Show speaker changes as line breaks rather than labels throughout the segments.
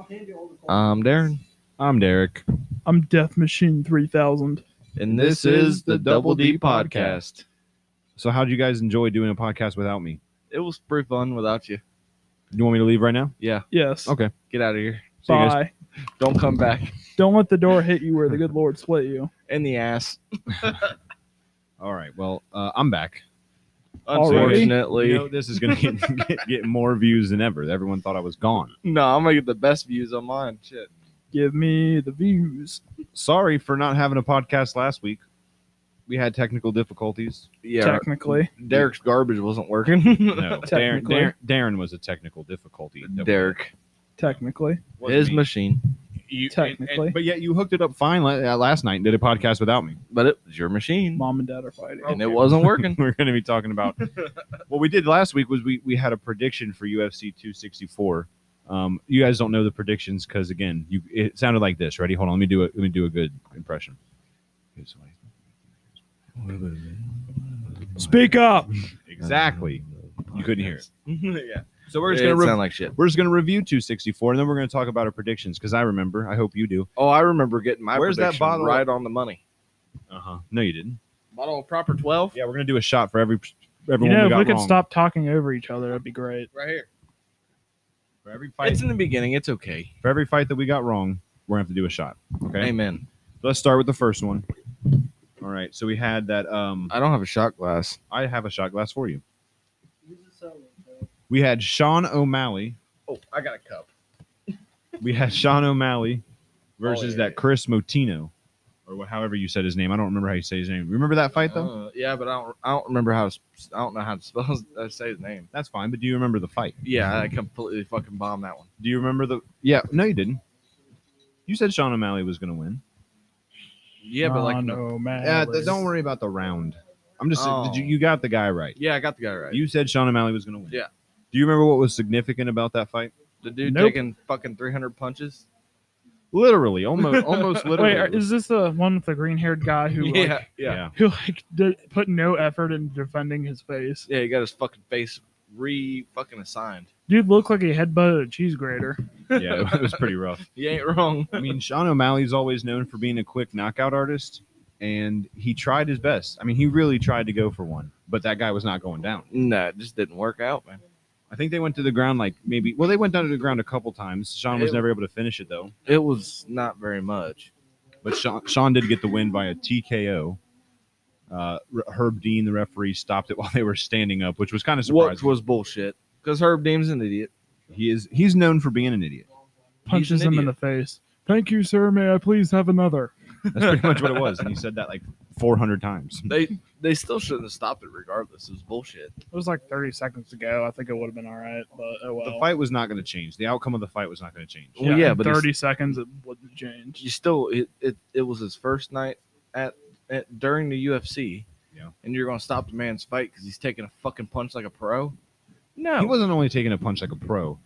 I'm Um, Darren.
I'm Derek,
I'm Death Machine 3000.
And this is the Double D Podcast.
So, how'd you guys enjoy doing a podcast without me?
It was pretty fun without you.
You want me to leave right now?
Yeah,
Yes.
Okay.
get out of here.
See you guys.
Bye.
Don't come back
Don't let the door hit you where the good Lord split you.
in the ass.
All right. Well, uh, I'm back.
Already?
Unfortunately,
You know, this is going to get, get more views than ever. Everyone thought I was gone.
no, I'm gonna get the best views on mine. Shit.
Give me the views.
Sorry for not having a podcast last week. We had technical difficulties.
Yeah,
Technically,
Derek's garbage wasn't working.
No, Darren,
Technically.
Darren, Darren was a technical difficulty. that
Derek,
technically,
wasn't
his
me.
machine,
You- and-
Technically.
and- but yet you hooked it up fine la- uh, last night and did a podcast without me.
but it was your machine,
mom and dad are fighting.
and it
okay.
wasn't working.
We're going to be talking about what we did last week was we we had a prediction for UFC 264. Um, you guys don't know the predictions because again, you it sounded like this. Ready? Hold on. Let me do it. Let me do a good impression.
Speak up.
Exactly. You couldn't hear it.
yeah,
So we're
it
just gonna re-
sound like shit.
we're just gonna review 264, and then we're gonna talk about our predictions because I remember. I hope you do.
Oh, I remember getting my
Where's that
prediction
bottle?
right on the money.
Uh huh. No, you didn't.
Bottle of proper twelve,
Yeah, we're gonna do a shot for every
You
everyone.
know,
we
if
got
we could
wrong.
stop talking over each other, that'd be great.
right here.
for every fight
It's in the beginning. It's okay.
for every fight that we got wrong. We're gonna have to do a shot. Okay.
Amen.
Let's start with the first one. All right. So we had that. Um,
I don't have a shot glass.
I have a shot glass for you. We had Sean O'Malley.
Oh, I got a cup.
We had Sean O'Malley versus
Oh, yeah, yeah.
that Chris Motino, or wha- however you said his name. I don't remember how you say his name. Remember that fight though?
Uh, yeah, but I don't. I don't remember how. to s- I don't know how to spell. His, uh, say his name.
That's fine. But do you remember the fight?
Yeah, I completely fucking bombed that one.
Do you remember the? Yeah. No, you didn't. You said Sean O'Malley was going to win.
Yeah, but like, no.
Oh, no man.
Yeah. th- don't worry about the round. I'm just.
Oh.
Did you, you got the guy right.
yeah, I got the guy right.
You said Sean O'Malley was going to win.
Yeah.
Do you remember what was significant about that fight?
the dude
Nope.
taking fucking three hundred punches.
Literally, almost, almost literally.
Wait, are- is this the one with the green-haired guy who, like,
yeah, yeah, yeah,
yeah.
who like did, put no effort in defending his face?
He got his fucking face re fucking assigned.
Dude looked like he headbutted a cheese grater.
yeah, it was pretty rough.
You ain't wrong.
I mean, Sean O'Malley's always known for being a quick knockout artist, and he tried his best. I mean, he really tried to go for one, but that guy was not going down.
Nah, it just didn't work out, man.
I think they went to the ground like maybe. Well, they went down to the ground a couple times. Sean was
It-
never able to finish it though,
It was not very much.
but Sean, Sean did get the win by a TKO. Uh, Re- Herb Dean, the referee, stopped it while they were standing up, which was kind of
What
surprising.
was bullshit? Because Herb Dean's an idiot.
He is he's known for being an idiot.
punches
He's an
him in the
idiot.
face. Thank you, sir. May I please have another?
That's pretty much what it was, and he said that like 400 times.
They they still shouldn't have stopped it regardless. It was bullshit.
It was like 30 seconds ago. I think it would have been all right, but oh well.
The fight was not going to change. The outcome of the fight was not going to change.
Well, yeah,
in
but it's-
30 seconds it wouldn't change.
you still it, it it was his first night at, at during the UFC.
Yeah.
And you're gonna stop the man's fight because he's taking a fucking punch like a pro? No.
He
Oh.
wasn't only taking a punch like a pro.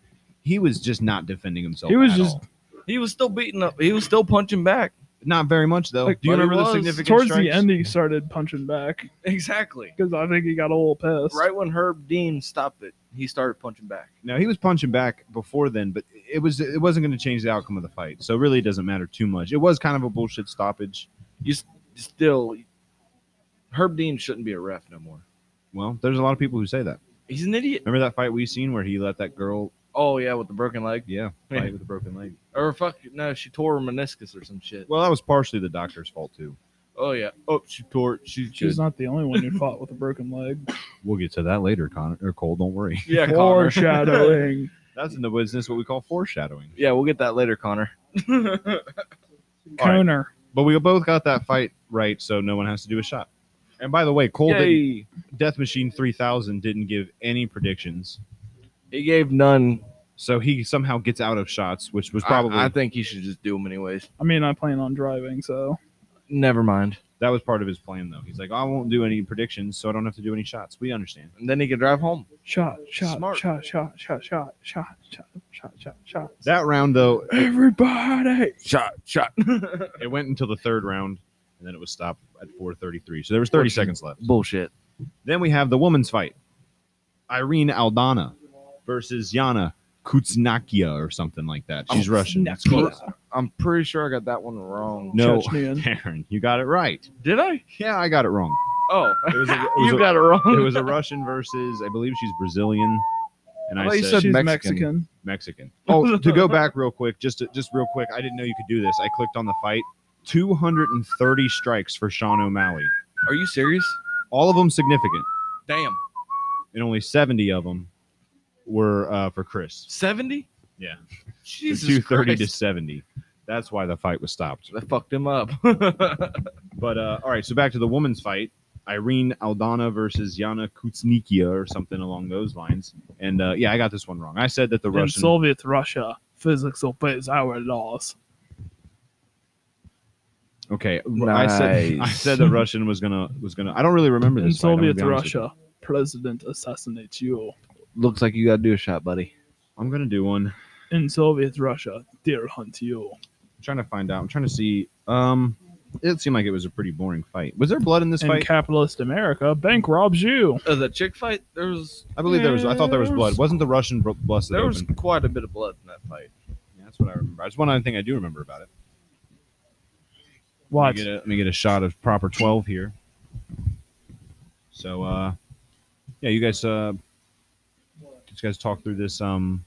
He was just not defending himself.
He was
at
just-
all.
He was still beating up. He was still punching back.
not very much though.
Like,
Do you
Oh, but he
remember the
was
significant
Towards the
strikes?
end, he started punching back
Exactly.
because I think he got a little pissed.
Right when Herb Dean stopped it, he started punching back.
No, he was punching back before then, but it was it wasn't going to change the outcome of the fight. So it really doesn't matter too much. It was kind of a bullshit stoppage.
You s- still Herb Dean shouldn't be a ref no more.
Well, there's a lot of people who say that.
He's an idiot.
Remember that fight we seen where he let that girl,
Oh yeah, with the broken leg.
yeah,
Yeah.
fight with a broken leg.
Or fuck no, she tore her meniscus or some shit.
Well, that was partially the doctor's fault too.
Oh yeah. Oh she tore it. She,
She's not the only one who fought with a broken leg.
We'll get to that later, Connor or Cole. Don't worry.
yeah, Connor.
Foreshadowing.
That's in the business what we call foreshadowing.
yeah, we'll get that later, Connor.
All right.
Coner.
But we both got that fight right, so no one has to do a shot. And by the way, Cole didn't
Yay.
Death Machine 3000 didn't give any predictions.
He gave none.
So he somehow gets out of shots, which was probably
I, I think he should just do them anyways.
I mean, I plan on driving, so.
Never mind.
that was part of his plan though. He's like, "I won't do any predictions, so I don't have to do any shots." We understand.
And then he could drive home.
Shot, shot,
Smart.
shot, shot, shot, shot, shot, shot, shot, shot, shot.
That round though,
Everybody.
Shot, shot.
it went until the third round and then it was stopped at 4:33. So there was 30 seconds left.
Bullshit.
Then we have the women's fight. Irene Aldana versus Yana Kuznakia or something like that. She's
Oh,
Russian. That's close.
I'm pretty sure I got that one wrong.
No,
Chechnyan.
Darren, you got it right.
Did I?
Yeah, I got it wrong.
Oh,
It was a, it was
you
a-
got it wrong.
it was a Russian versus, I believe she's Brazilian. And
I
I,
thought you
said,
said
She's Mexican.
Mexican. Oh, to go back real quick, just to, just real quick, I didn't know you could do this. I clicked on the fight. 230 strikes for Sean O'Malley.
Are you serious?
All of them significant,
Damn,
and only 70 of them were uh, for Chris.
seventy.
Yeah. So
Jesus
230 to
Christ.
70. That's why the fight was stopped.
That fucked him up.
But uh, all right, so back to the women's fight. Irene Aldana versus Yana Kutsnikia or something along those lines. And uh, yeah, I got this one wrong. I said that the
In
Russian
Soviet Russia, physics obeys our laws.
Okay, I said I
Nice.
said the Russian was going to was going to I don't really remember
In
this fight, I'm gonna
Soviet
be honest with you.
Russia, president assassinates you.
Looks like you got to do a shot, buddy.
I'm gonna do one. I'm
In Soviet Russia, deer hunt you.
trying to find out. I'm trying to see. Um, it seemed like it was a pretty boring fight. Was there blood in this
In
fight?
capitalist America, bank robs you.
Uh, the chick fight, there was
I believe there was. I thought there was blood. Wasn't the Russian bro- busted
there was
open?
quite a bit of blood in that fight.
Yeah, that's what I remember. That's one other thing I do remember about it. Let
Watch.
me get a, let me get a shot of proper twelve here. So, uh, yeah, you guys, uh, you guys talk through this. Um,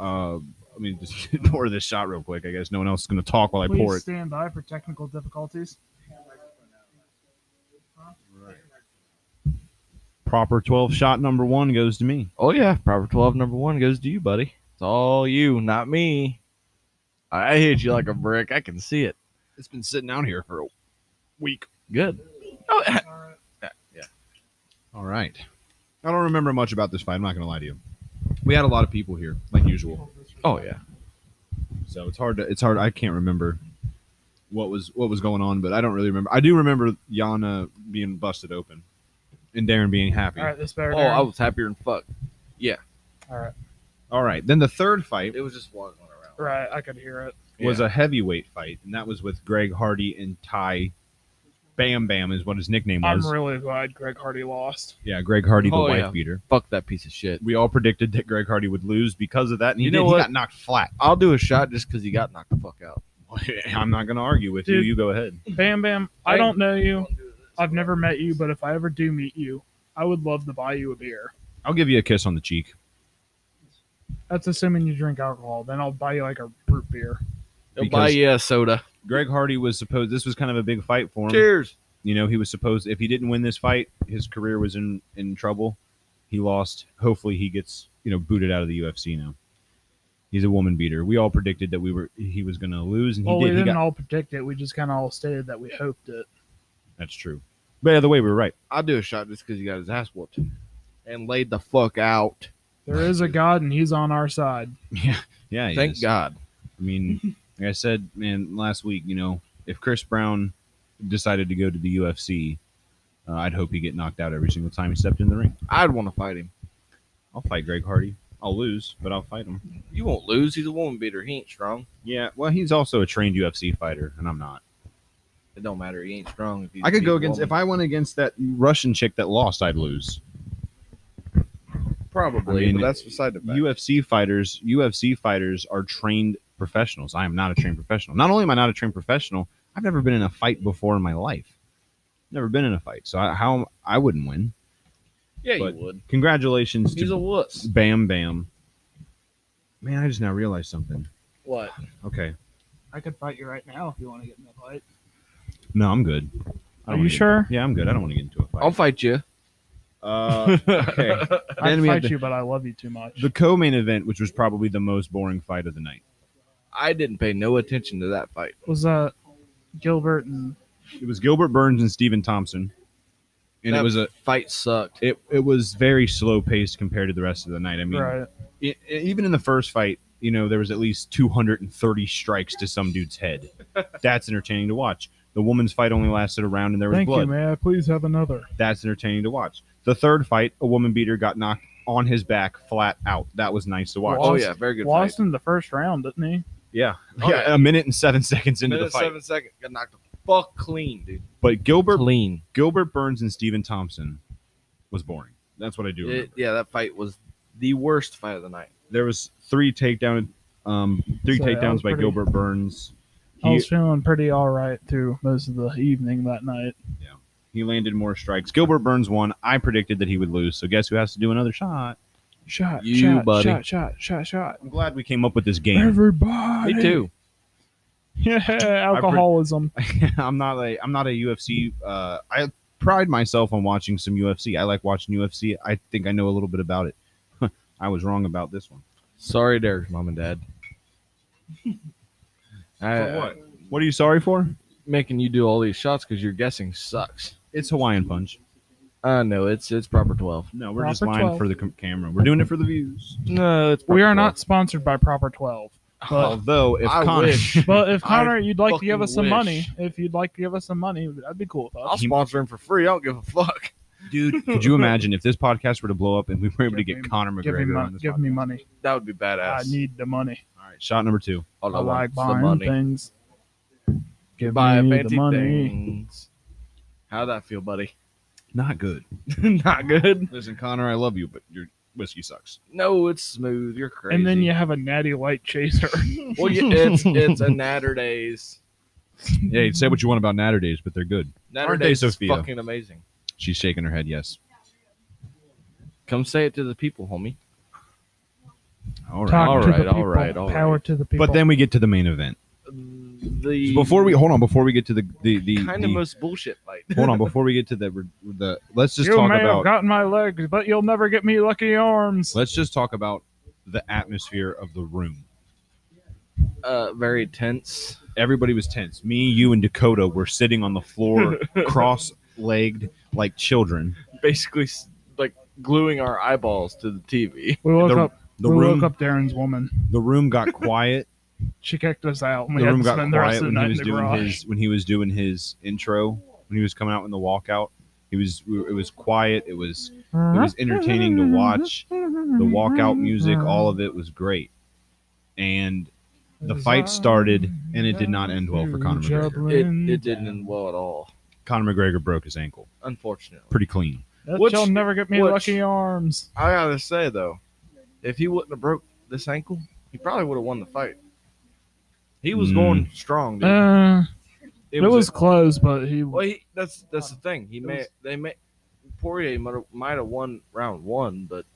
uh, I mean, just pour this shot real quick. I guess no one else is gonna talk while I pour it.
stand by for technical difficulties.
Proper twelve shot number one goes to me.
Oh yeah, proper twelve number one goes to you, buddy. It's all you, not me. I hit you like a brick. I can see it.
It's been sitting out here for a week.
Good. Oh,
All right. I don't remember much about this fight. I'm not going to lie to you. We had a lot of people here, like usual.
oh yeah.
So it's hard to it's hard. I can't remember what was what was going on, but I don't really remember. I do remember Yana being busted open and Darren being happy.
All right, this better.
Oh, I was happier than fuck.
All right. Then the third fight
It was just walking around.
right, I could hear it.
was
Yeah.
a heavyweight fight, and that was with Greg Hardy and Ty. Bam Bam is what his nickname was.
I'm really glad Greg Hardy lost.
yeah, Greg Hardy, the
Oh,
wife
yeah.
beater.
Fuck that piece of shit.
We all predicted that Greg Hardy would lose because of that, and he
You know
did.
what?
He got knocked flat.
I'll do a shot just because he got knocked the fuck out.
I'm not going to argue with you.
Dude.
You go ahead.
Bam Bam, I don't know you. I've never met you, but if I ever do meet you, I would love to buy you a beer.
I'll give you a kiss on the cheek.
That's assuming you drink alcohol. Then I'll buy you like a root beer.
He'll buy
because-
you a soda.
Greg Hardy was supposed. This was kind of a big fight for him.
Cheers.
You know, he was supposed. If he didn't win this fight, his career was in in trouble. He lost. Hopefully, he gets you know booted out of the UFC now. He's a woman beater. We all predicted that we were he was going to lose, and he
well, we
did. He
didn't
got,
all predict it. We just kind of all stated that we hoped it.
that's true. But either way, we were right.
I'll do a shot just because he got his ass whooped and laid the fuck out.
There is a God, and He's on our side.
Yeah, yeah. he
Thank
is.
God.
I mean, like I said, man, last week, you know, if Chris Brown decided to go to the UFC, uh, I'd hope he get knocked out every single time he stepped in the ring.
I'd want to fight him.
I'll fight Greg Hardy. I'll lose, but I'll fight him.
You won't lose. He's a woman beater. He ain't strong.
Yeah, well, he's also a trained UFC fighter, and I'm not.
It don't matter. He ain't strong. If he's
I could
beat
go
a
against if
woman.
I went against that Russian chick that lost, I'd lose.
probably.
I mean,
but that's beside the fact.
UFC fighters, UFC fighters are trained professionals. I am not a trained professional. Not only am I not a trained professional, I've never been in a fight before in my life. Never been in a fight, so I, how I wouldn't win.
yeah,
but-
you would.
Congratulations
He's a
to
wuss.
Bam Bam. Man, I just now realized something.
What?
Okay,
I could fight you right now if you want to get in a fight.
no, I'm good. I don't
Are
wanna
you
get-
sure?
Yeah, I'm good. I don't want to get into a fight.
I'll fight you.
Uh,
Oh,
okay.
I'd
Then we have
fight
the-
you, but I love you too much.
the co-main event, which was probably the most boring fight of the night.
I didn't pay no attention to that fight.
was that Gilbert and
It was Gilbert Burns and Stephen Thompson, and
That
it was a
Fight sucked.
it, it was very slow paced compared to the rest of the night. I mean,
right?
e- e- even in the first fight, you know, there was at least 230 strikes to some dude's head. That's entertaining to watch. The woman's fight only lasted a round, and there was
Thank
blood.
you, may I please have another?
That's entertaining to watch. The third fight, a woman beater got knocked on his back flat out. That was nice to watch.
Oh
Lost-
yeah, very good fight.
Lost in the first round, didn't he?
Yeah,
Oh,
yeah,
yeah.
a minute and seven seconds into
Minute
the fight.
seven second got knocked the fuck clean, dude.
But Gilbert
Clean.
Gilbert Burns and Stephen Thompson was boring. That's what I do. Remember.
It- yeah, that fight was the worst fight of the night.
There was three takedown, um, three
Sorry, I was
takedowns by
pretty-
Gilbert Burns.
I
He,
was feeling pretty all right through most of the evening that night.
he landed more strikes. Gilbert Burns won. I predicted that he would lose. So guess who has to do another shot?
Shot,
You,
shot,
buddy.
shot, shot, shot, shot.
I'm glad we came up with this game.
Everybody.
Me too.
Yeah, alcoholism.
I'm not a I'm not a UFC. Uh, I pride myself on watching some UFC. I like watching UFC. I think I know a little bit about it. I was wrong about this one.
Sorry, Derek's mom and dad. I,
what? Uh, What are you sorry for?
Making you do all these shots because your guessing sucks.
It's Hawaiian punch.
Uh no, it's it's proper twelve.
No, we're just
Proper
lying
12.
for the com- camera. We're doing it for the views.
No, it's
We
proper
are
12.
not sponsored by Proper 12. But,
Although, if
I
Connor,
wish.
but if
I
Connor, you'd like to give
fucking
us some
wish.
money, if you'd like to give us some money, that'd be cool with
I'll
us.
sponsor him for free. I don't give a fuck.
dude, could you imagine if this podcast were to blow up and we were able to
Give
get
me-
Connor
give me,
McGregor
mon-
on this
give me
podcast?
money.
That would be badass.
I need the money.
All right, shot number two.
All
I like
want is the
buying
money.
things. Give
Buy
me the
fancy
money.
things. How'd that feel, buddy?
Not good.
not good.
Listen, Connor, I love you, but your whiskey sucks.
No, it's smooth. You're crazy.
And then you have a natty light chaser.
Well, you, it's it's a Natter Days.
Hey, say what you want about Natter Days, but they're good.
Natter
Aren't they,
Days is
Sophia?
fucking amazing.
She's shaking her head. Yes.
Come say it to the people, homie.
All right.
Talk
all
to
right,
the people.
all right, all
Power
right.
to the people.
But then we get to the main event.
The
Before we hold on, before we get to the the the,
kind of
the-
most bullshit fight.
hold on, before we get to the the let's just
you
talk
may
about
have gotten my legs, but you'll never get me lucky arms.
let's just talk about the atmosphere of the room.
Uh, very tense.
Everybody was tense. Me, you, and Dakota were sitting on the floor, cross-legged like children.
Basically, s- like gluing our eyeballs to the TV.
we woke
the-
up.
The
we
room,
woke up Darren's woman.
the room got quiet.
She kicked us out. And we
the
had
room
to
got
spend the rest
quiet
of the
when he
night in
was
the
doing
garage.
his when he was doing his intro when he was coming out in the walkout. He was it was quiet. It was it was entertaining to watch. The walkout music, all of it was great. And the fight started, and it did not end well for Conor McGregor.
It it didn't end well at all.
Conor McGregor broke his ankle
Unfortunately,
pretty clean.
That
Which-
you'll never get me
which-
lucky arms.
I gotta say though, if he wouldn't have broke this ankle, he probably would have won the fight. He was
Mm.
going strong. Dude.
Uh,
it,
it,
was.
was close, but he
well, he, that's that's the thing. He may
was-
they may Poirier might have, might have won round one, but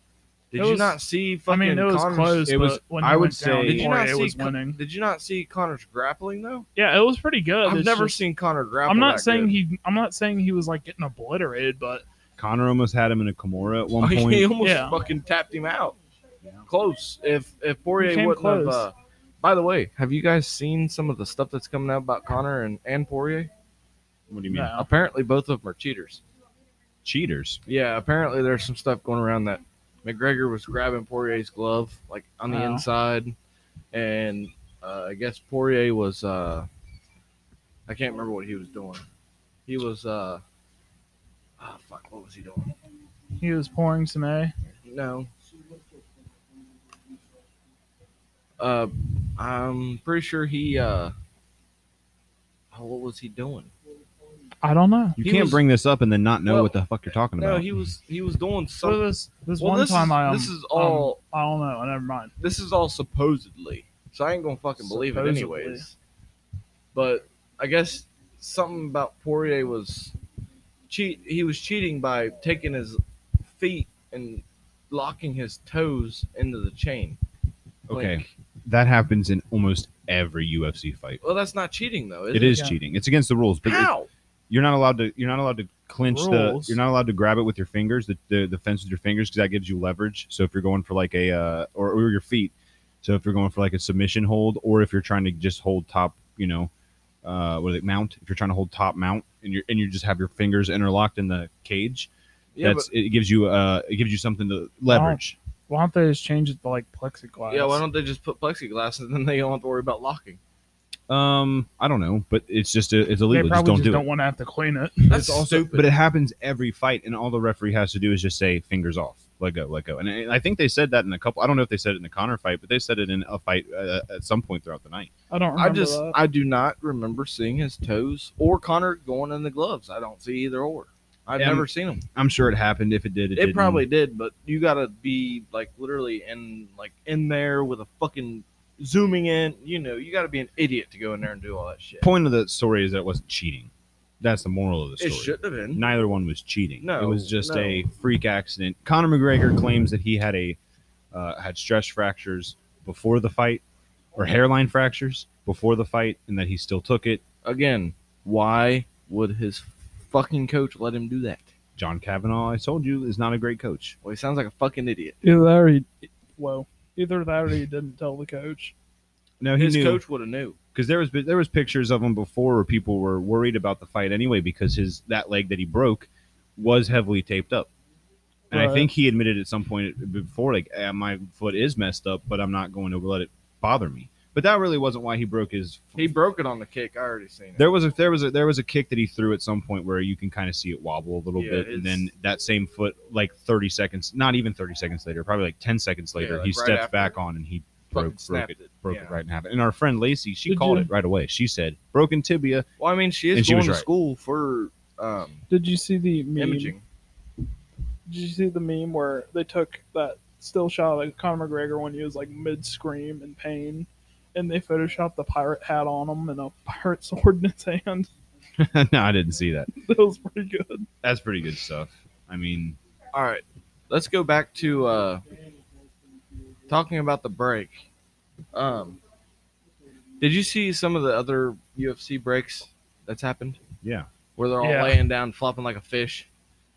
did
It
you
was-
not see
I
fucking?
mean, it was
Connor's-
close.
it was-
but when
I
he
would
went down,
say-
Did you not
Poirier
see
was
Con-
winning.
Did you not see Connor's grappling though?
Yeah, it was pretty good.
I've
It's
never
just-
seen Connor grapple.
I'm not
that
saying
good.
he. I'm not saying he was like getting obliterated, but
Conor almost had him in a Kimura at
Oh,
one
he-
point.
He almost
Yeah.
fucking tapped him out.
Yeah.
Close. If if Poirier
came
wouldn't have.
close.
Uh, by the way, have you guys seen some of the stuff that's coming out about Connor and, and Poirier?
What do you mean?
No.
Apparently, both of them are cheaters.
Cheaters.
Yeah, apparently there's some stuff going around that McGregor was grabbing Poirier's glove like on the
Wow.
inside, and uh, I guess Poirier was. Uh, I can't remember what he was doing. He was. Uh, oh, fuck! What was he doing?
he was pouring some A.
No. Uh, I'm pretty sure he. Uh, oh, what was he doing?
I don't know.
You
He
can't
was-
bring this up and then not know
Well,
what the fuck you're talking
No,
about.
he was he was doing
So
something.
this this
Well,
one
this
time
is,
I um,
this is all
um, I don't know. Never mind.
this is all supposedly, so I ain't gonna fucking believe it
Supposedly.
anyways. But I guess something about Poirier was cheat. He was cheating by taking his feet and locking his toes into the chain.
okay,
Like,
that happens in almost every UFC fight.
well, that's not cheating though. Is
It is
Yeah.
cheating. It's against the rules, but it,
How?
you're not allowed to you're not allowed to clinch
Rules.
the you're not allowed to grab it with your fingers the, the, the fence with your fingers because that gives you leverage so if you're going for like a uh, or, or your feet so if you're going for like a submission hold or if you're trying to just hold top you know uh what is it mount if you're trying to hold top mount and you are and you just have your fingers interlocked in the cage
Yeah, Oh.
that's it gives you uh it gives you something to leverage
Why don't they just change it to like plexiglass?
Yeah, why don't they just put plexiglass and then they don't have to worry about locking?
um i don't know but it's just a, it's
they
illegal
probably
just don't do it
want to have to clean it.
That's
It's also,
stupid.
but it happens every fight, and all the referee has to do is just say "fingers off, let go, let go." And I I think they said that in a couple. I don't know if they said it in the Connor fight, but they said it in a fight uh, at some point throughout the night.
I don't.
I
Remember
just
that.
I do not remember seeing his toes or Connor going in the gloves. I don't see either or. I've
Yeah, I'm-
never seen them.
I'm sure it happened. If it did, it,
It
didn't.
probably did, but you gotta be like literally in like in there with a fucking zooming in. You know, you gotta be an idiot to go in there and do all that shit.
point of the story is that it wasn't cheating. That's the moral of the
It
story.
shouldn't have been.
Neither one was cheating.
No,
it was just
no.
a freak accident. Conor McGregor claims that he had a uh, had stress fractures before the fight, or hairline fractures before the fight, and that he still took it.
Again, why would his fucking coach let him do that?
John Kavanaugh, I told you, is not a great coach.
Well, he sounds like a fucking idiot.
Either that or he, whoa. Either that or he didn't tell the coach.
No, he
His
knew.
coach would have knew.
because there was there was pictures of him before where people were worried about the fight anyway because his that leg that he broke was heavily taped up, and I
Right.
think he admitted at some point before like eh, my foot is messed up, but I'm not going to let it bother me. But that really wasn't why he broke his.
He broke it on the kick. I already seen it.
there was a there was a there was a kick that he threw at some point where you can kind of see it wobble a little
Yeah,
bit, and
it's-
then that same foot, like 30 seconds, not even 30 seconds later, probably like 10 seconds
Yeah,
later,
like
he
right
steps
after.
back on and he
Fucking
broke broke
snapped
it
it.
broke
Yeah.
it right in half. And our friend Lacey, she
Did
called
you-
it right away. She said, broken tibia.
Well, I mean, she is
And she
going
was
to
right.
school for um,
Did you see the meme?
imaging.
Did you see the meme where they took that still shot of Conor McGregor when he was like mid scream in pain, and they photoshopped the pirate hat on him and a pirate sword in his hand?
no, I didn't see that.
That was pretty good.
That's pretty good stuff. I mean,
All right, let's go back to uh, talking about the break. Um, did you see some of the other UFC breaks that's happened?
yeah.
Where they're all
Yeah.
laying down, flopping like a fish,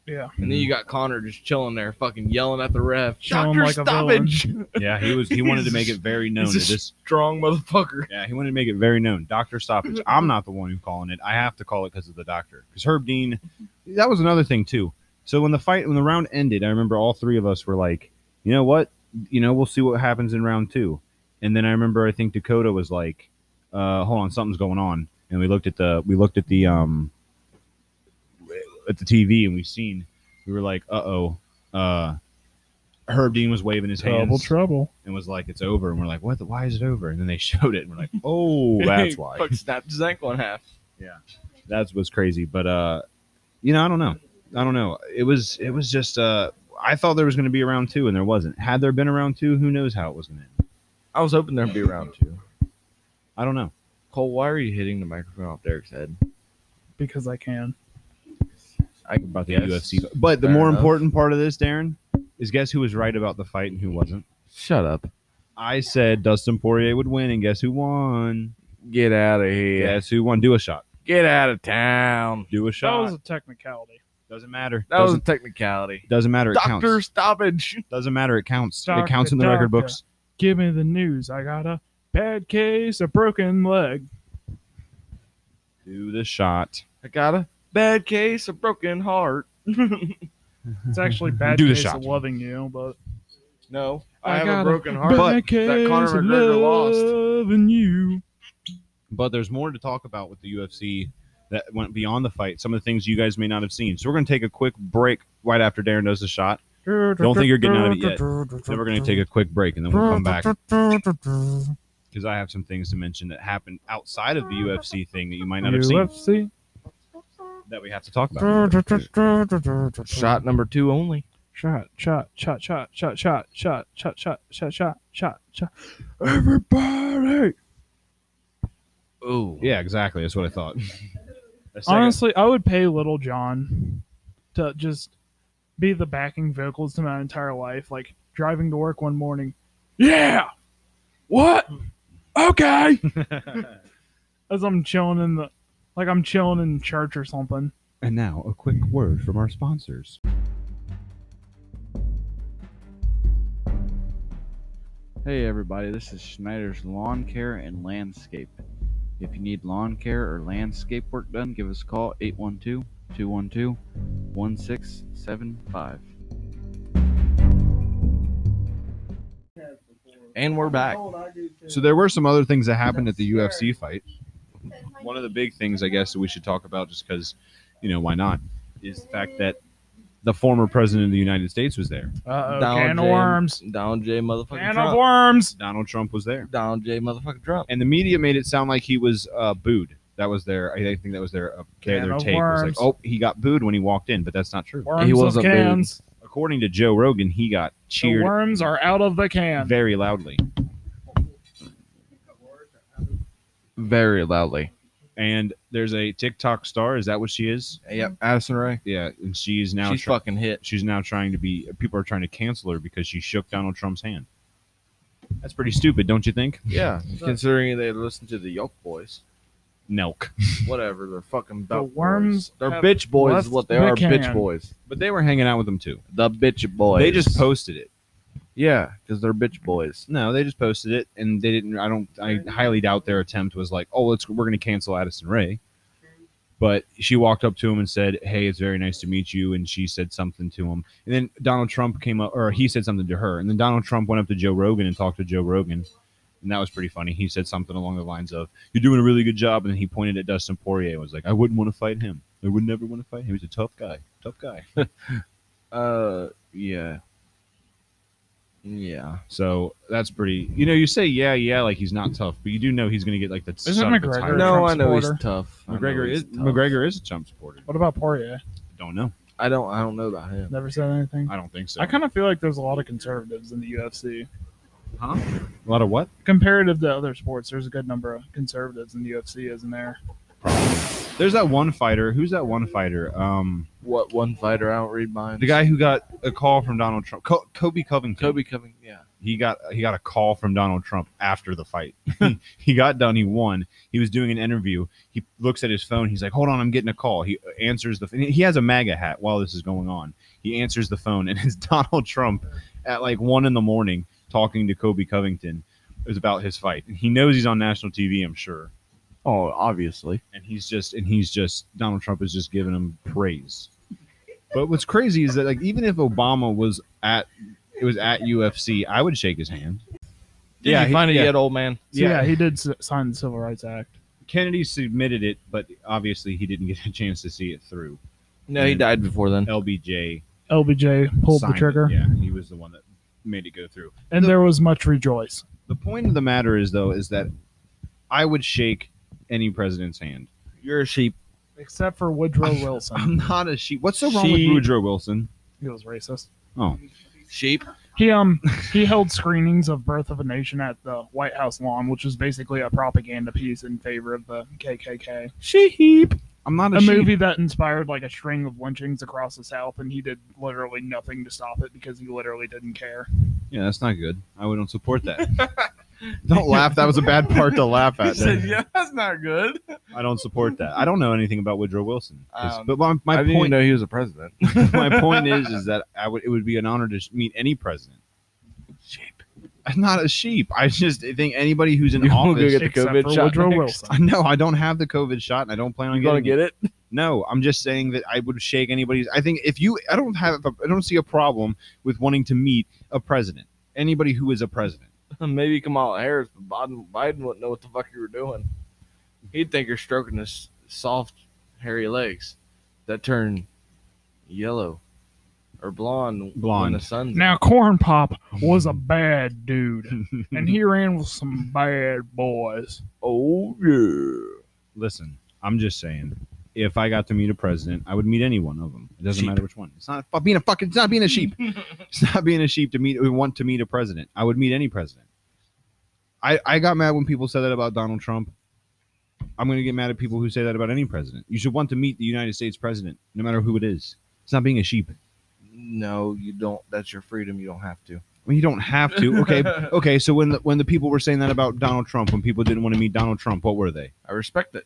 Yeah.
and then you got Connor just chilling there, fucking yelling at the ref,
Chilling
"Doctor
like a villain."
stoppage!"
Yeah, he was he wanted to make it very known
he's
that
just-
this
Strong motherfucker.
yeah, he wanted to make it very known. Doctor stoppage. I'm not the one who calling it. I have to call it because of the doctor. Because Herb Dean, that was another thing too. So when the fight when the round ended, I remember all three of us were like, you know what, you know we'll see what happens in round two. And then I remember I think Dakota was like, uh, hold on, something's going on. And we looked at the we looked at the um at the TV and we seen we were like, uh oh, uh, Herb Dean was waving his hands
trouble.
and was like, "It's over," and we're like, "What? The, why is it over?" And then they showed it, and we're like, "Oh, that's why."
Fuck, snapped his ankle in half.
That's what's crazy. But uh, you know, I don't know. I don't know. It was it was just uh, I thought there was going to be a round two, and there wasn't. Had there been a round two, who knows how it was going to end?
I was hoping there'd be a round two.
I don't know.
Cole, why are you hitting the microphone off Derek's head?
Because I can.
I
about the
guess.
UFC. But the
Fair
more
enough.
important part of this, Darren, is guess who was right about the fight and who wasn't.
Shut up.
I said Dustin Poirier would win, and guess who won?
Get out of here.
Guess who won? Do a shot.
Get out of town.
Do a
That
shot.
was a technicality.
doesn't matter.
That was a
doesn't,
technicality.
doesn't matter. It
Doctor
counts.
stoppage.
Doesn't matter. It counts.
Doctor,
it counts in the record
doctor.
books.
Give me the news. I got a bad case, a broken leg.
Do the shot.
I got a bad case of broken heart.
It's actually bad
Do the
case
shot.
of loving you, but
No,
I
I, have
got
a
a
broken heart.
But-
bad case
that Conor
of
McGregor lost.
loving you.
But there's more to talk about with the UFC that went beyond the fight. Some of the things you guys may not have seen. So we're going to take a quick break right after Darren does the shot.
Don't
think you're getting out of it yet. Then
Then
we're going to take a quick break and then we'll come back because I have some things to mention that happened outside of the UFC thing that you might not have seen
UFC.
that we have to talk about.
Shot.
Shot number two only.
Shot. Shot. Shot. Shot. Shot. Shot. Shot. Shot. Shot. Shot. Shot. Shot. Shot. Everybody.
Oh,
Yeah, exactly. That's what I thought. A second-
Honestly, I would pay Little John to just be the backing vocals to my entire life. Like driving to work one morning. Yeah. What? Okay. As I'm chilling in the, like I'm chilling in church or something.
and now a quick word from our sponsors.
Hey everybody, this is Schneider's Lawn Care and Landscape. If you need lawn care or landscape work done, give us a call 812 212 1675.
and we're back.
So there were some other things that happened at the UFC fight. One of the big things, I guess, that we should talk about, just because, you know, why not, is the fact that the former president of the United States was there.
Uh oh.
Donald
Can of
J.
worms.
Donald J. Motherfucking
Can of
Trump.
worms.
Donald Trump was there,
Donald J. Motherfucking Trump.
and the media made it sound like he was uh, booed. That was their. I think that was their uh, their,
Can
their
of
take. Was like,
worms.
oh, he got booed when he walked in, but that's not true.
Worms
He
of
wasn't booed.
cans.
According to Joe Rogan, he got
The
cheered
worms are out of the can.
very loudly,
very loudly.
and there's a TikTok star. Is that what she is?
Yep, Addison Ray.
Yeah, and she's now
She's
try-
fucking hit.
she's now trying to be. People are trying to cancel her because she shook Donald Trump's hand. That's pretty stupid, don't you think?
Yeah, considering they listen to the Yelp boys.
Nelk.
Whatever, they're fucking
The
belt boys.
worms
They're
have
bitch boys.
left
Is what they
the
are, bitch
can.
boys.
But they were hanging out with him too.
The bitch boys.
They just posted it.
Yeah, because they're bitch boys.
No, they just posted it, and they didn't. I don't. I highly doubt their attempt was like, "Oh, let's we're going to cancel Addison Ray." But she walked up to him and said, "Hey, it's very nice to meet you." And she said something to him, and then Donald Trump came up, or he said something to her, and then Donald Trump went up to Joe Rogan and talked to Joe Rogan, and that was pretty funny. He said something along the lines of, "You're doing a really good job," and then he pointed at Dustin Poirier and was like, "I wouldn't want to fight him. I would never want to fight him. He's a tough guy. Tough guy."
Uh, yeah, yeah.
So that's pretty. You know, you say yeah, yeah, like he's not tough, but you do know he's going to get like the.
Isn't
son of a
McGregor
tyrant.
You're a
No,
Trump
I know he's
supporter.
tough. I know
McGregor
he's
is
tough.
McGregor is a Trump supporter.
What about Poirier?
Don't know.
I don't. I don't know about him.
Never said anything.
I don't think so.
I kind of feel like there's a lot of conservatives in the UFC.
huh? A lot of what?
Comparative to other sports, there's a good number of conservatives in the UFC, isn't there?
There's that one fighter. Who's that one fighter? Um,
What one fighter? I don't read mine.
the guy who got a call from Donald Trump, Co- Kobe Covington.
Kobe coming. Yeah.
He got he got a call from Donald Trump after the fight. he got done. He won. He was doing an interview. He looks at his phone. He's like, "Hold on, I'm getting a call." He answers the. He has a MAGA hat while this is going on. He answers the phone, and it's Donald Trump at like one in the morning talking to Kobe Covington. It was about his fight. He knows he's on national TV. I'm sure.
Oh, obviously.
and he's just and he's just Donald Trump is just giving him praise. But what's crazy is that like even if Obama was at it was at UFC, I would shake his hand.
Did
Yeah,
you
he-
find it
yeah.
yet, old man?
So, yeah,
Yeah.
he did s- sign the Civil Rights Act.
Kennedy submitted it, but obviously he didn't get a chance to see it through.
No, he
Mm.
died before then.
LBJ
LBJ pulled the
signed it.
trigger,
Yeah, he was the one that made it go through.
and there was much rejoice.
The point of the matter is though is that I would shake any president's hand.
You're a sheep.
Except for Woodrow Wilson.
I'm not a sheep. What's so wrong
She-
with Woodrow Wilson?
he was racist.
Oh,
Sheep.
He um he held screenings of Birth of a Nation at the White House lawn, which was basically a propaganda piece in favor of the KKK.
Sheep.
I'm not a,
A
sheep.
movie that inspired like a string of lynchings across the South, and he did literally nothing to stop it because he literally didn't care.
Yeah, that's not good. I wouldn't support that. don't laugh. That was a bad part to laugh at.
"Yeah, that's not good."
I don't support that. I don't know anything about Woodrow Wilson. 'Cause-
Um,
but my, my
I didn't even
point,
know he was a president.
my point is, is that I would it would be an honor to sh- meet any president.
Sheep.
I'm not a sheep. I just think anybody who's in
You wanna go
office.
get the
Except
COVID
for
shot
Woodrow
next?
Wilson.
I know I don't have the COVID shot, and I don't plan on
You gonna
getting
get it?
No, I'm just saying that I would shake anybody's. I think if you, I don't have, a- I don't see a problem with wanting to meet a president. Anybody who is a president.
Maybe Kamala Harris, but Biden, Biden wouldn't know what the fuck you were doing. He'd think you're stroking his soft, hairy legs that turn yellow or blonde, when
Blonde.
the sun's
Now, Corn Pop was a bad dude, and he ran with some bad boys.
Oh yeah.
listen, I'm just saying, if I got to meet a president, I would meet any one of them. It doesn't
Sheep.
matter which one. It's not fu- being a fucking. It's not being a sheep. it's not being a sheep to meet. We want to meet a president. I would meet any president. I I got mad when people said that about Donald Trump. I'm going to get mad at people who say that about any president. You should want to meet the United States president, no matter who it is. It's not being a sheep.
No, you don't. That's your freedom. You don't have to.
I mean, you don't have to. Okay, okay. So when the, when the people were saying that about Donald Trump, when people didn't want to meet Donald Trump, what were they?
I respect it.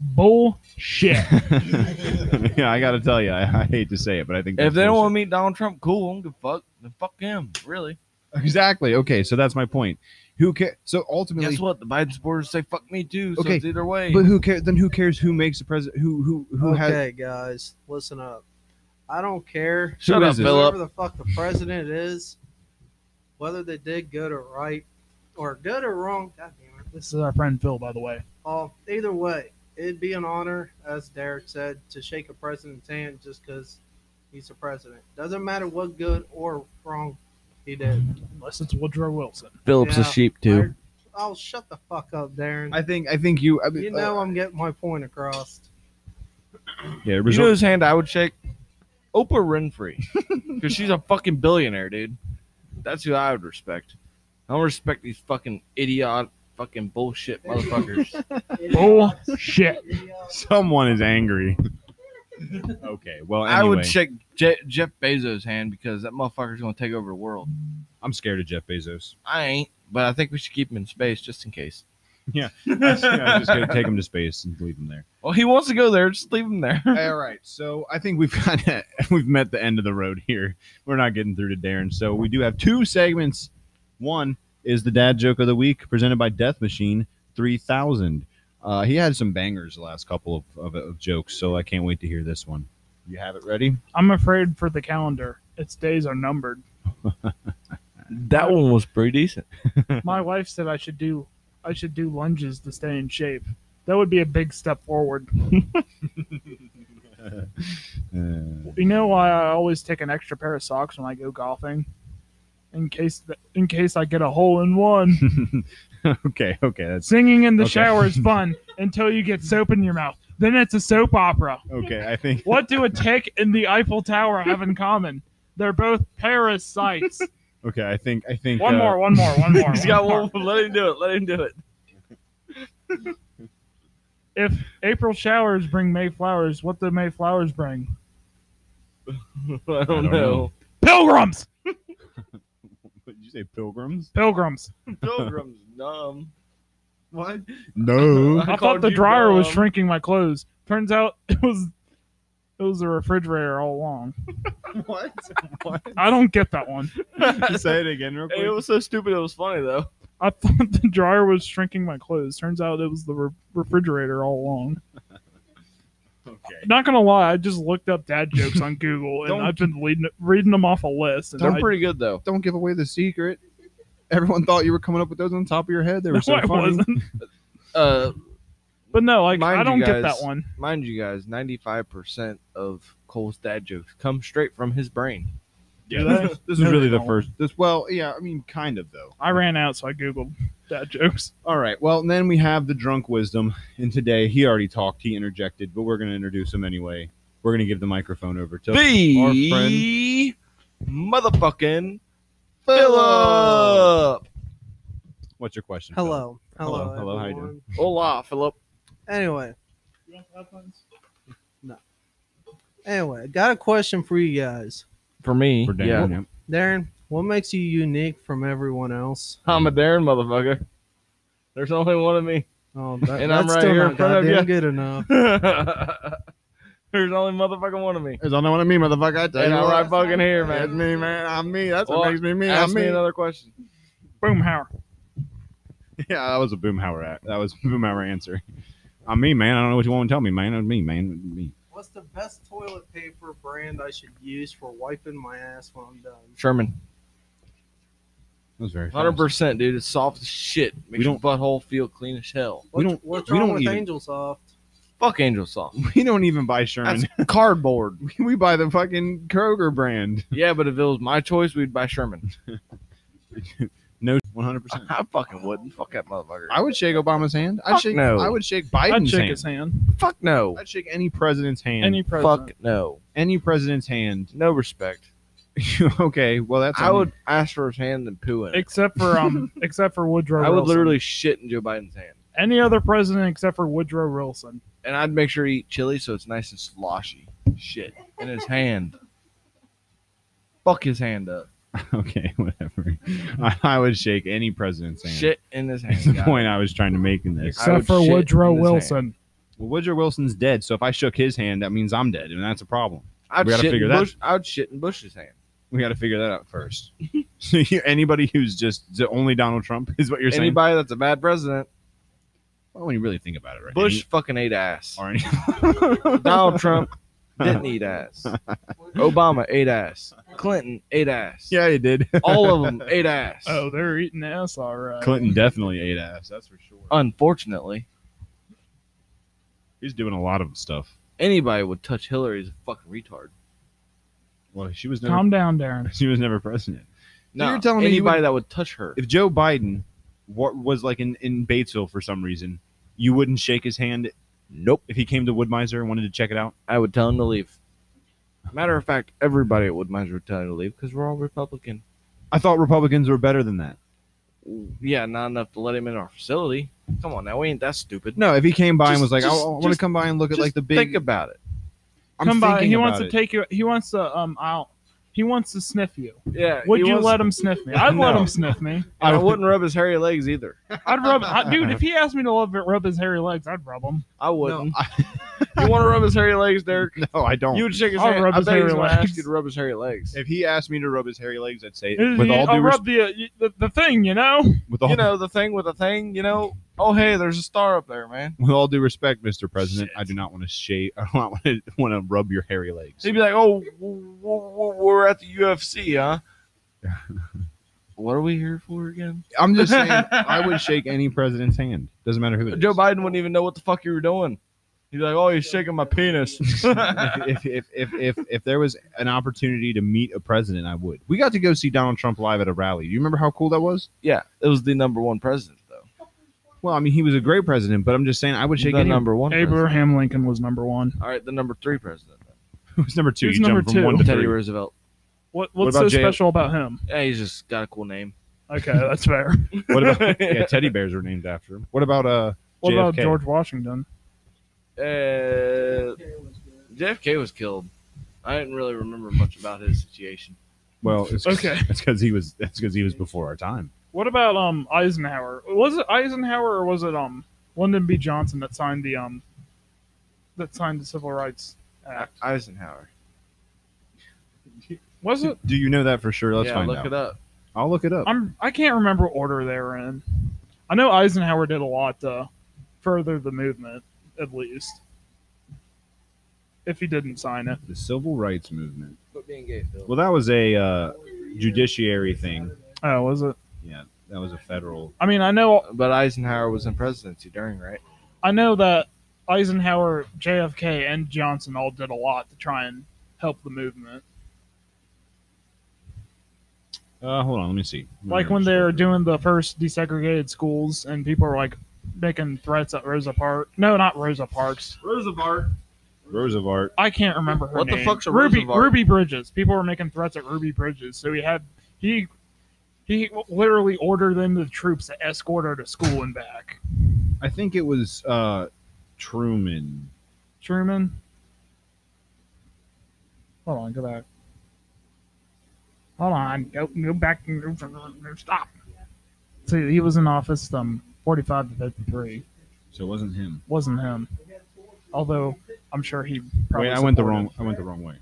Bullshit.
yeah, I got to tell you, I, I hate to say it, but I think
If
that's
they don't
bullshit.
want to meet Donald Trump, cool. I don't give a fuck. Then fuck him. Really.
Exactly. Okay, so that's my point. Who cares? So ultimately,
Guess what? The Biden supporters say fuck me too. So
Okay,
it's either way.
but who cares? Then who cares who makes the president? Who who who has?
okay, guys, listen up. I don't care
Shut
Shut
up,
up,
is it?
whoever
Philip.
the fuck the president is, whether they did good or right, or good or wrong. God damn it.
this is our friend Phil, by the way.
Uh, either way, it'd be an honor, as Derek said, to shake a president's hand just because he's a president. Doesn't matter what good or wrong he did.
Unless it's Woodrow Wilson.
Philip's
Yeah.
a sheep too.
Our- Oh, shut the fuck up, Darren.
I think I think you. I mean,
you know
uh,
I'm getting my point across.
uh, yeah,
You know
result,
whose hand I would shake? Oprah Winfrey, because she's a fucking billionaire, dude. That's who I would respect. I don't respect these fucking idiot, fucking bullshit motherfuckers. Oh.
Bullshit.
someone is angry. okay, well,
I would
anyway,
shake Je- Jeff Bezos' hand because that motherfucker's gonna take over the world.
I'm scared of Jeff Bezos.
I ain't, but I think we should keep him in space just in case.
I'm just gonna take him to space and leave him there.
Well, he wants to go there. Just leave him there.
All right, so I think we've kind of we've met the end of the road here. We're not getting through to Darren, so we do have two segments. One is the dad joke of the week presented by Death Machine Three Thousand. Uh, he had some bangers the last couple of, of, of jokes, so I can't wait to hear this one. You have it ready?
I'm afraid for the calendar. Its days are numbered.
That one was pretty decent.
My wife said I should do I should do lunges to stay in shape. That would be a big step forward.
Uh,
You know why I always take an extra pair of socks when I go golfing? In case th- in case I get a hole in one.
okay, okay, that's
Singing in the
Okay.
shower is fun until you get soap in your mouth. Then it's a soap opera.
okay. I think
What do a tick and the Eiffel Tower have in common? They're both parasites.
okay, I think I think
One
uh,
more, one more, one more.
He's
one
got
more.
one. Let him do it. Let him do it.
If April showers bring May flowers, what do May flowers bring?
I
don't
don't
know.
know.
Pilgrims!
Did you say pilgrims?
Pilgrims.
Pilgrim's numb. What?
No.
I,
I
thought
called
the
you um,
dryer was
dumb.
shrinking my clothes. Turns out it was it was the refrigerator all along.
What?
what?
I don't get that one.
say it again, real quick.
it was so stupid. It was funny though.
I thought the dryer was shrinking my clothes. Turns out it was the re- refrigerator all along.
okay.
Not gonna lie, I just looked up dad jokes on Google and
Don't-
I've been leading, reading them off a list. And
They're
I-
pretty good though.
Don't give away the secret. Everyone thought you were coming up with those on top of your head. They
no, I wasn't.
Uh,
But no, like
Mind
I
you
don't get
guys-
that one.
mind you guys, ninety-five percent of Cole's dad jokes come straight from his brain.
Yeah,
this
that-
was, this
no,
was really
they
the
don't.
first. This well, yeah, I mean, kind of though.
I ran out, so I googled dad jokes.
All right. Well, and then we have the drunk wisdom, and today he already talked. He interjected, but we're going to introduce him anyway. We're going to give the microphone over to our friend.
The motherfucking Philip.
What's your question? Phil?
Hello. Hello.
Hello, hello, how you
everyone.
Hola, Philip.
Anyway, anyway, got a question for you guys.
For me,
For Dan.
yeah,
Yep.
Darren, what makes you unique from everyone else?
I'm a Darren motherfucker. There's only one of me.
Oh, that,
And
that's
I'm right
still
here
not
in front of
goddamn
you.
good enough.
There's only motherfucking one of me.
Is all I want to mean, motherfucker. I tell
And
you
I'm
what.
right fucking here,
That's
man.
me, man. I'm me. That's what
Well,
makes me me.
Ask
I'm
me
me.
another question.
Boom, Howard.
Yeah, that was a Boomhauer. act- That was a Boomhauer answer. I'm me, man. I don't know what you want to tell me, man. I'm me, man. Me.
What's the best toilet paper brand I should use for wiping my ass when I'm done?
Sherman,
That was very. fast.
hundred percent, dude. It's soft as shit.
We
Makes your
don't-
butthole feel clean as hell.
We
What's,
don't-
what's
we
wrong
don't
with
even-
Angel Soft?
Fuck Angel Soft.
We don't even buy Sherman.
That's cardboard.
we buy the fucking Kroger brand.
Yeah, but if it was my choice, we'd buy Sherman.
No, 100. percent
I fucking wouldn't. Fuck that motherfucker.
I would shake Obama's hand. I'd
Fuck
shake.
no.
I would shake
I'd
Biden's
shake
hand.
his hand.
fuck no.
I'd shake any president's hand.
Any
Any,
president.
Fuck no.
president's hand.
No respect.
okay, well that's.
I
on
would ask for his hand and poo in it.
Except for um, except for Woodrow.
I would
Wilson.
literally shit in Joe Biden's hand,
any other president except for Woodrow Wilson.
and I'd make sure he eat chili so it's nice and sloshy. Shit in his hand. Fuck his hand up.
you. Okay, whatever. I, I would shake any president's hand.
Shit in his
That's
hand.
the
guys.
point I was trying to make in this.
I would
Except for
shit
Woodrow
in his
Wilson.
Well, Woodrow Wilson's dead, so if I shook his hand, that means I'm dead, and that's a problem.
I'd
We gotta
shit in
figure that-
Bush, I'd shit in Bush's hand.
We got to figure that out first. so you, anybody who's just the only Donald Trump is what you're saying.
Anybody that's a bad president,
Well, when you really think about it, right?
Bush fucking ate ass.
Any- or any-
Donald Trump didn't eat ass. Obama ate ass. Clinton ate ass.
yeah, he did.
All of them ate ass.
Oh, they're eating ass, all right.
Clinton definitely ate ass. That's for sure.
Uh, Unfortunately,
He's doing a lot of stuff.
anybody would touch Hillary's a fucking retard.
Well, she was never.
Calm down, Darren.
she was never president.
No,
you're telling me you
anybody
would-
that would touch her.
If Joe Biden what was like in, in Batesville for some reason, you wouldn't shake his hand. Nope. If he came to Woodmiser and wanted to check it out,
I would tell him to leave. Matter of fact, everybody at Woodmiser would tell him to leave because we're all Republican.
I thought Republicans were better than that.
Yeah, not enough to let him in our facility. Come on now, we ain't that stupid.
No, if he came by
Just-
and was like, "Oh,
just-
"I want to
just-
come by and look at
Just
like the big,"
Think about it.
I'm
Come by.
thinking
He wants
about
to
it.
take you. He wants to um out. He wants to sniff you.
Yeah.
Would
he
you
was-
let him sniff me? I'd let
No.
him sniff me.
I wouldn't rub his hairy legs either.
I'd rub, I, dude. If he asked me to love it, rub his hairy legs, I'd rub him.
I wouldn't. you want to rub his hairy legs, Derek?
No, I don't.
You would shake his
I'll
hand.
rub
I
his
bet he's
hairy
gonna ask
legs.
you to rub his hairy legs.
if he asked me to rub his hairy legs, I'd say,
Is
with
he-
all
I'll
due respect,
rub the, uh, y- the the thing, you know.
with all
you know the thing with the thing. You know, oh hey, there's a star up there, man.
with all due respect, Mr. President, I do not want to shave. I do not want to want to rub your hairy legs.
He'd be like, oh, w- w- w- we're at the UFC, huh? what are we here for again?
I'm just saying, I would shake any president's hand. Doesn't matter who it is.
Joe Biden wouldn't even know what the fuck you were doing. He'd be like, oh, you're shaking my penis.
if, if, if, if, if, if there was an opportunity to meet a president, I would. We got to go see Donald Trump live at a rally. You remember how cool that was?
yeah, it was the number one president though.
Well, I mean, he was a great president, but I'm just saying, I would shake
the
any.
number one. president.
Abraham Lincoln was number one.
All right, the number three president.
It was number two.
Who's
you
number
jump from
two?
one to
Teddy
three.
Roosevelt.
What what's so
about J-
special about him?
Yeah, he's just got a cool name.
Okay, that's fair.
What about, yeah, teddy bears are named after him. What about uh?
What about
JFK?
George Washington?
Uh, JFK was killed. I didn't really remember much about his situation.
Well, it's
Okay.
That's because he was. That's because he was before our time.
What about um Eisenhower? Was it Eisenhower or was it um Lyndon B. Johnson that signed the um that signed the Civil Rights Act?
Eisenhower.
Was it?
Do you know that for sure? Let's
yeah,
find
look
out.
it up.
I'll look it up.
I'm I can't remember what order they were in. I know Eisenhower did a lot to further the movement, at least. If he didn't sign it.
the civil rights movement.
Quit being gay, Phil.
Well, that was a uh, judiciary thing.
Oh, was it?
Yeah, that was a federal.
I mean I know
but Eisenhower was in presidency during, right?
I know that Eisenhower, JFK, and Johnson all did a lot to try and help the movement.
Uh, hold on, let me see.
like when they were doing the first desegregated schools and people were like making threats at Rosa Parks. No, not Rosa Parks.
Roosevelt.
Roosevelt.
I can't remember her
What the
name.
fuck's a
Ruby
Roosevelt?
Ruby Bridges. People were making threats at Ruby Bridges, so he had he he literally ordered in the troops to escort her to school and back.
I think it was uh, Truman.
Truman. Hold on, go back. Hold on, go go back and stop. So he was in office from forty-five to fifty-three.
So it wasn't him.
wasn't him. Although I'm sure he probably.
Wait, I went the
supported-
wrong. I went the wrong way.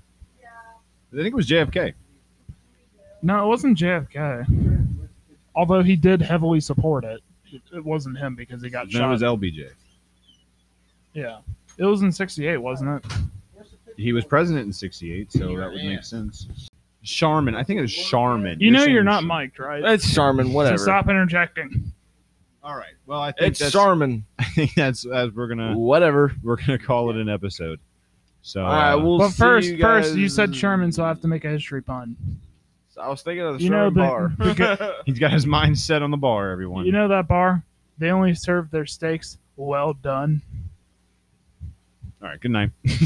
I think it was JFK.
No, it wasn't JFK. Although he did heavily support it, it, it wasn't him because he got
Then it
shot.
was LBJ.
yeah, it was in '68, wasn't it?
He was president in '68, so that would make sense. Sharman. I think it was Sharman.
You know
saying
you're not
Sh-
mic'd, right?
It's Sharman, whatever.
So stop interjecting.
All right. Well, I think
it's
that's.
Sharman,
I think that's as we're gonna
whatever.
we're gonna call it an episode. So
All right,
uh,
we'll
but
see
first,
you
first you
guys-
said Sherman, so I have to make a history pun.
I was thinking of the
You know
Sherman
the-
bar.
the
he's got his mind set on the bar. Everyone.
You know that bar? They only serve their steaks well done.
All right. Good night.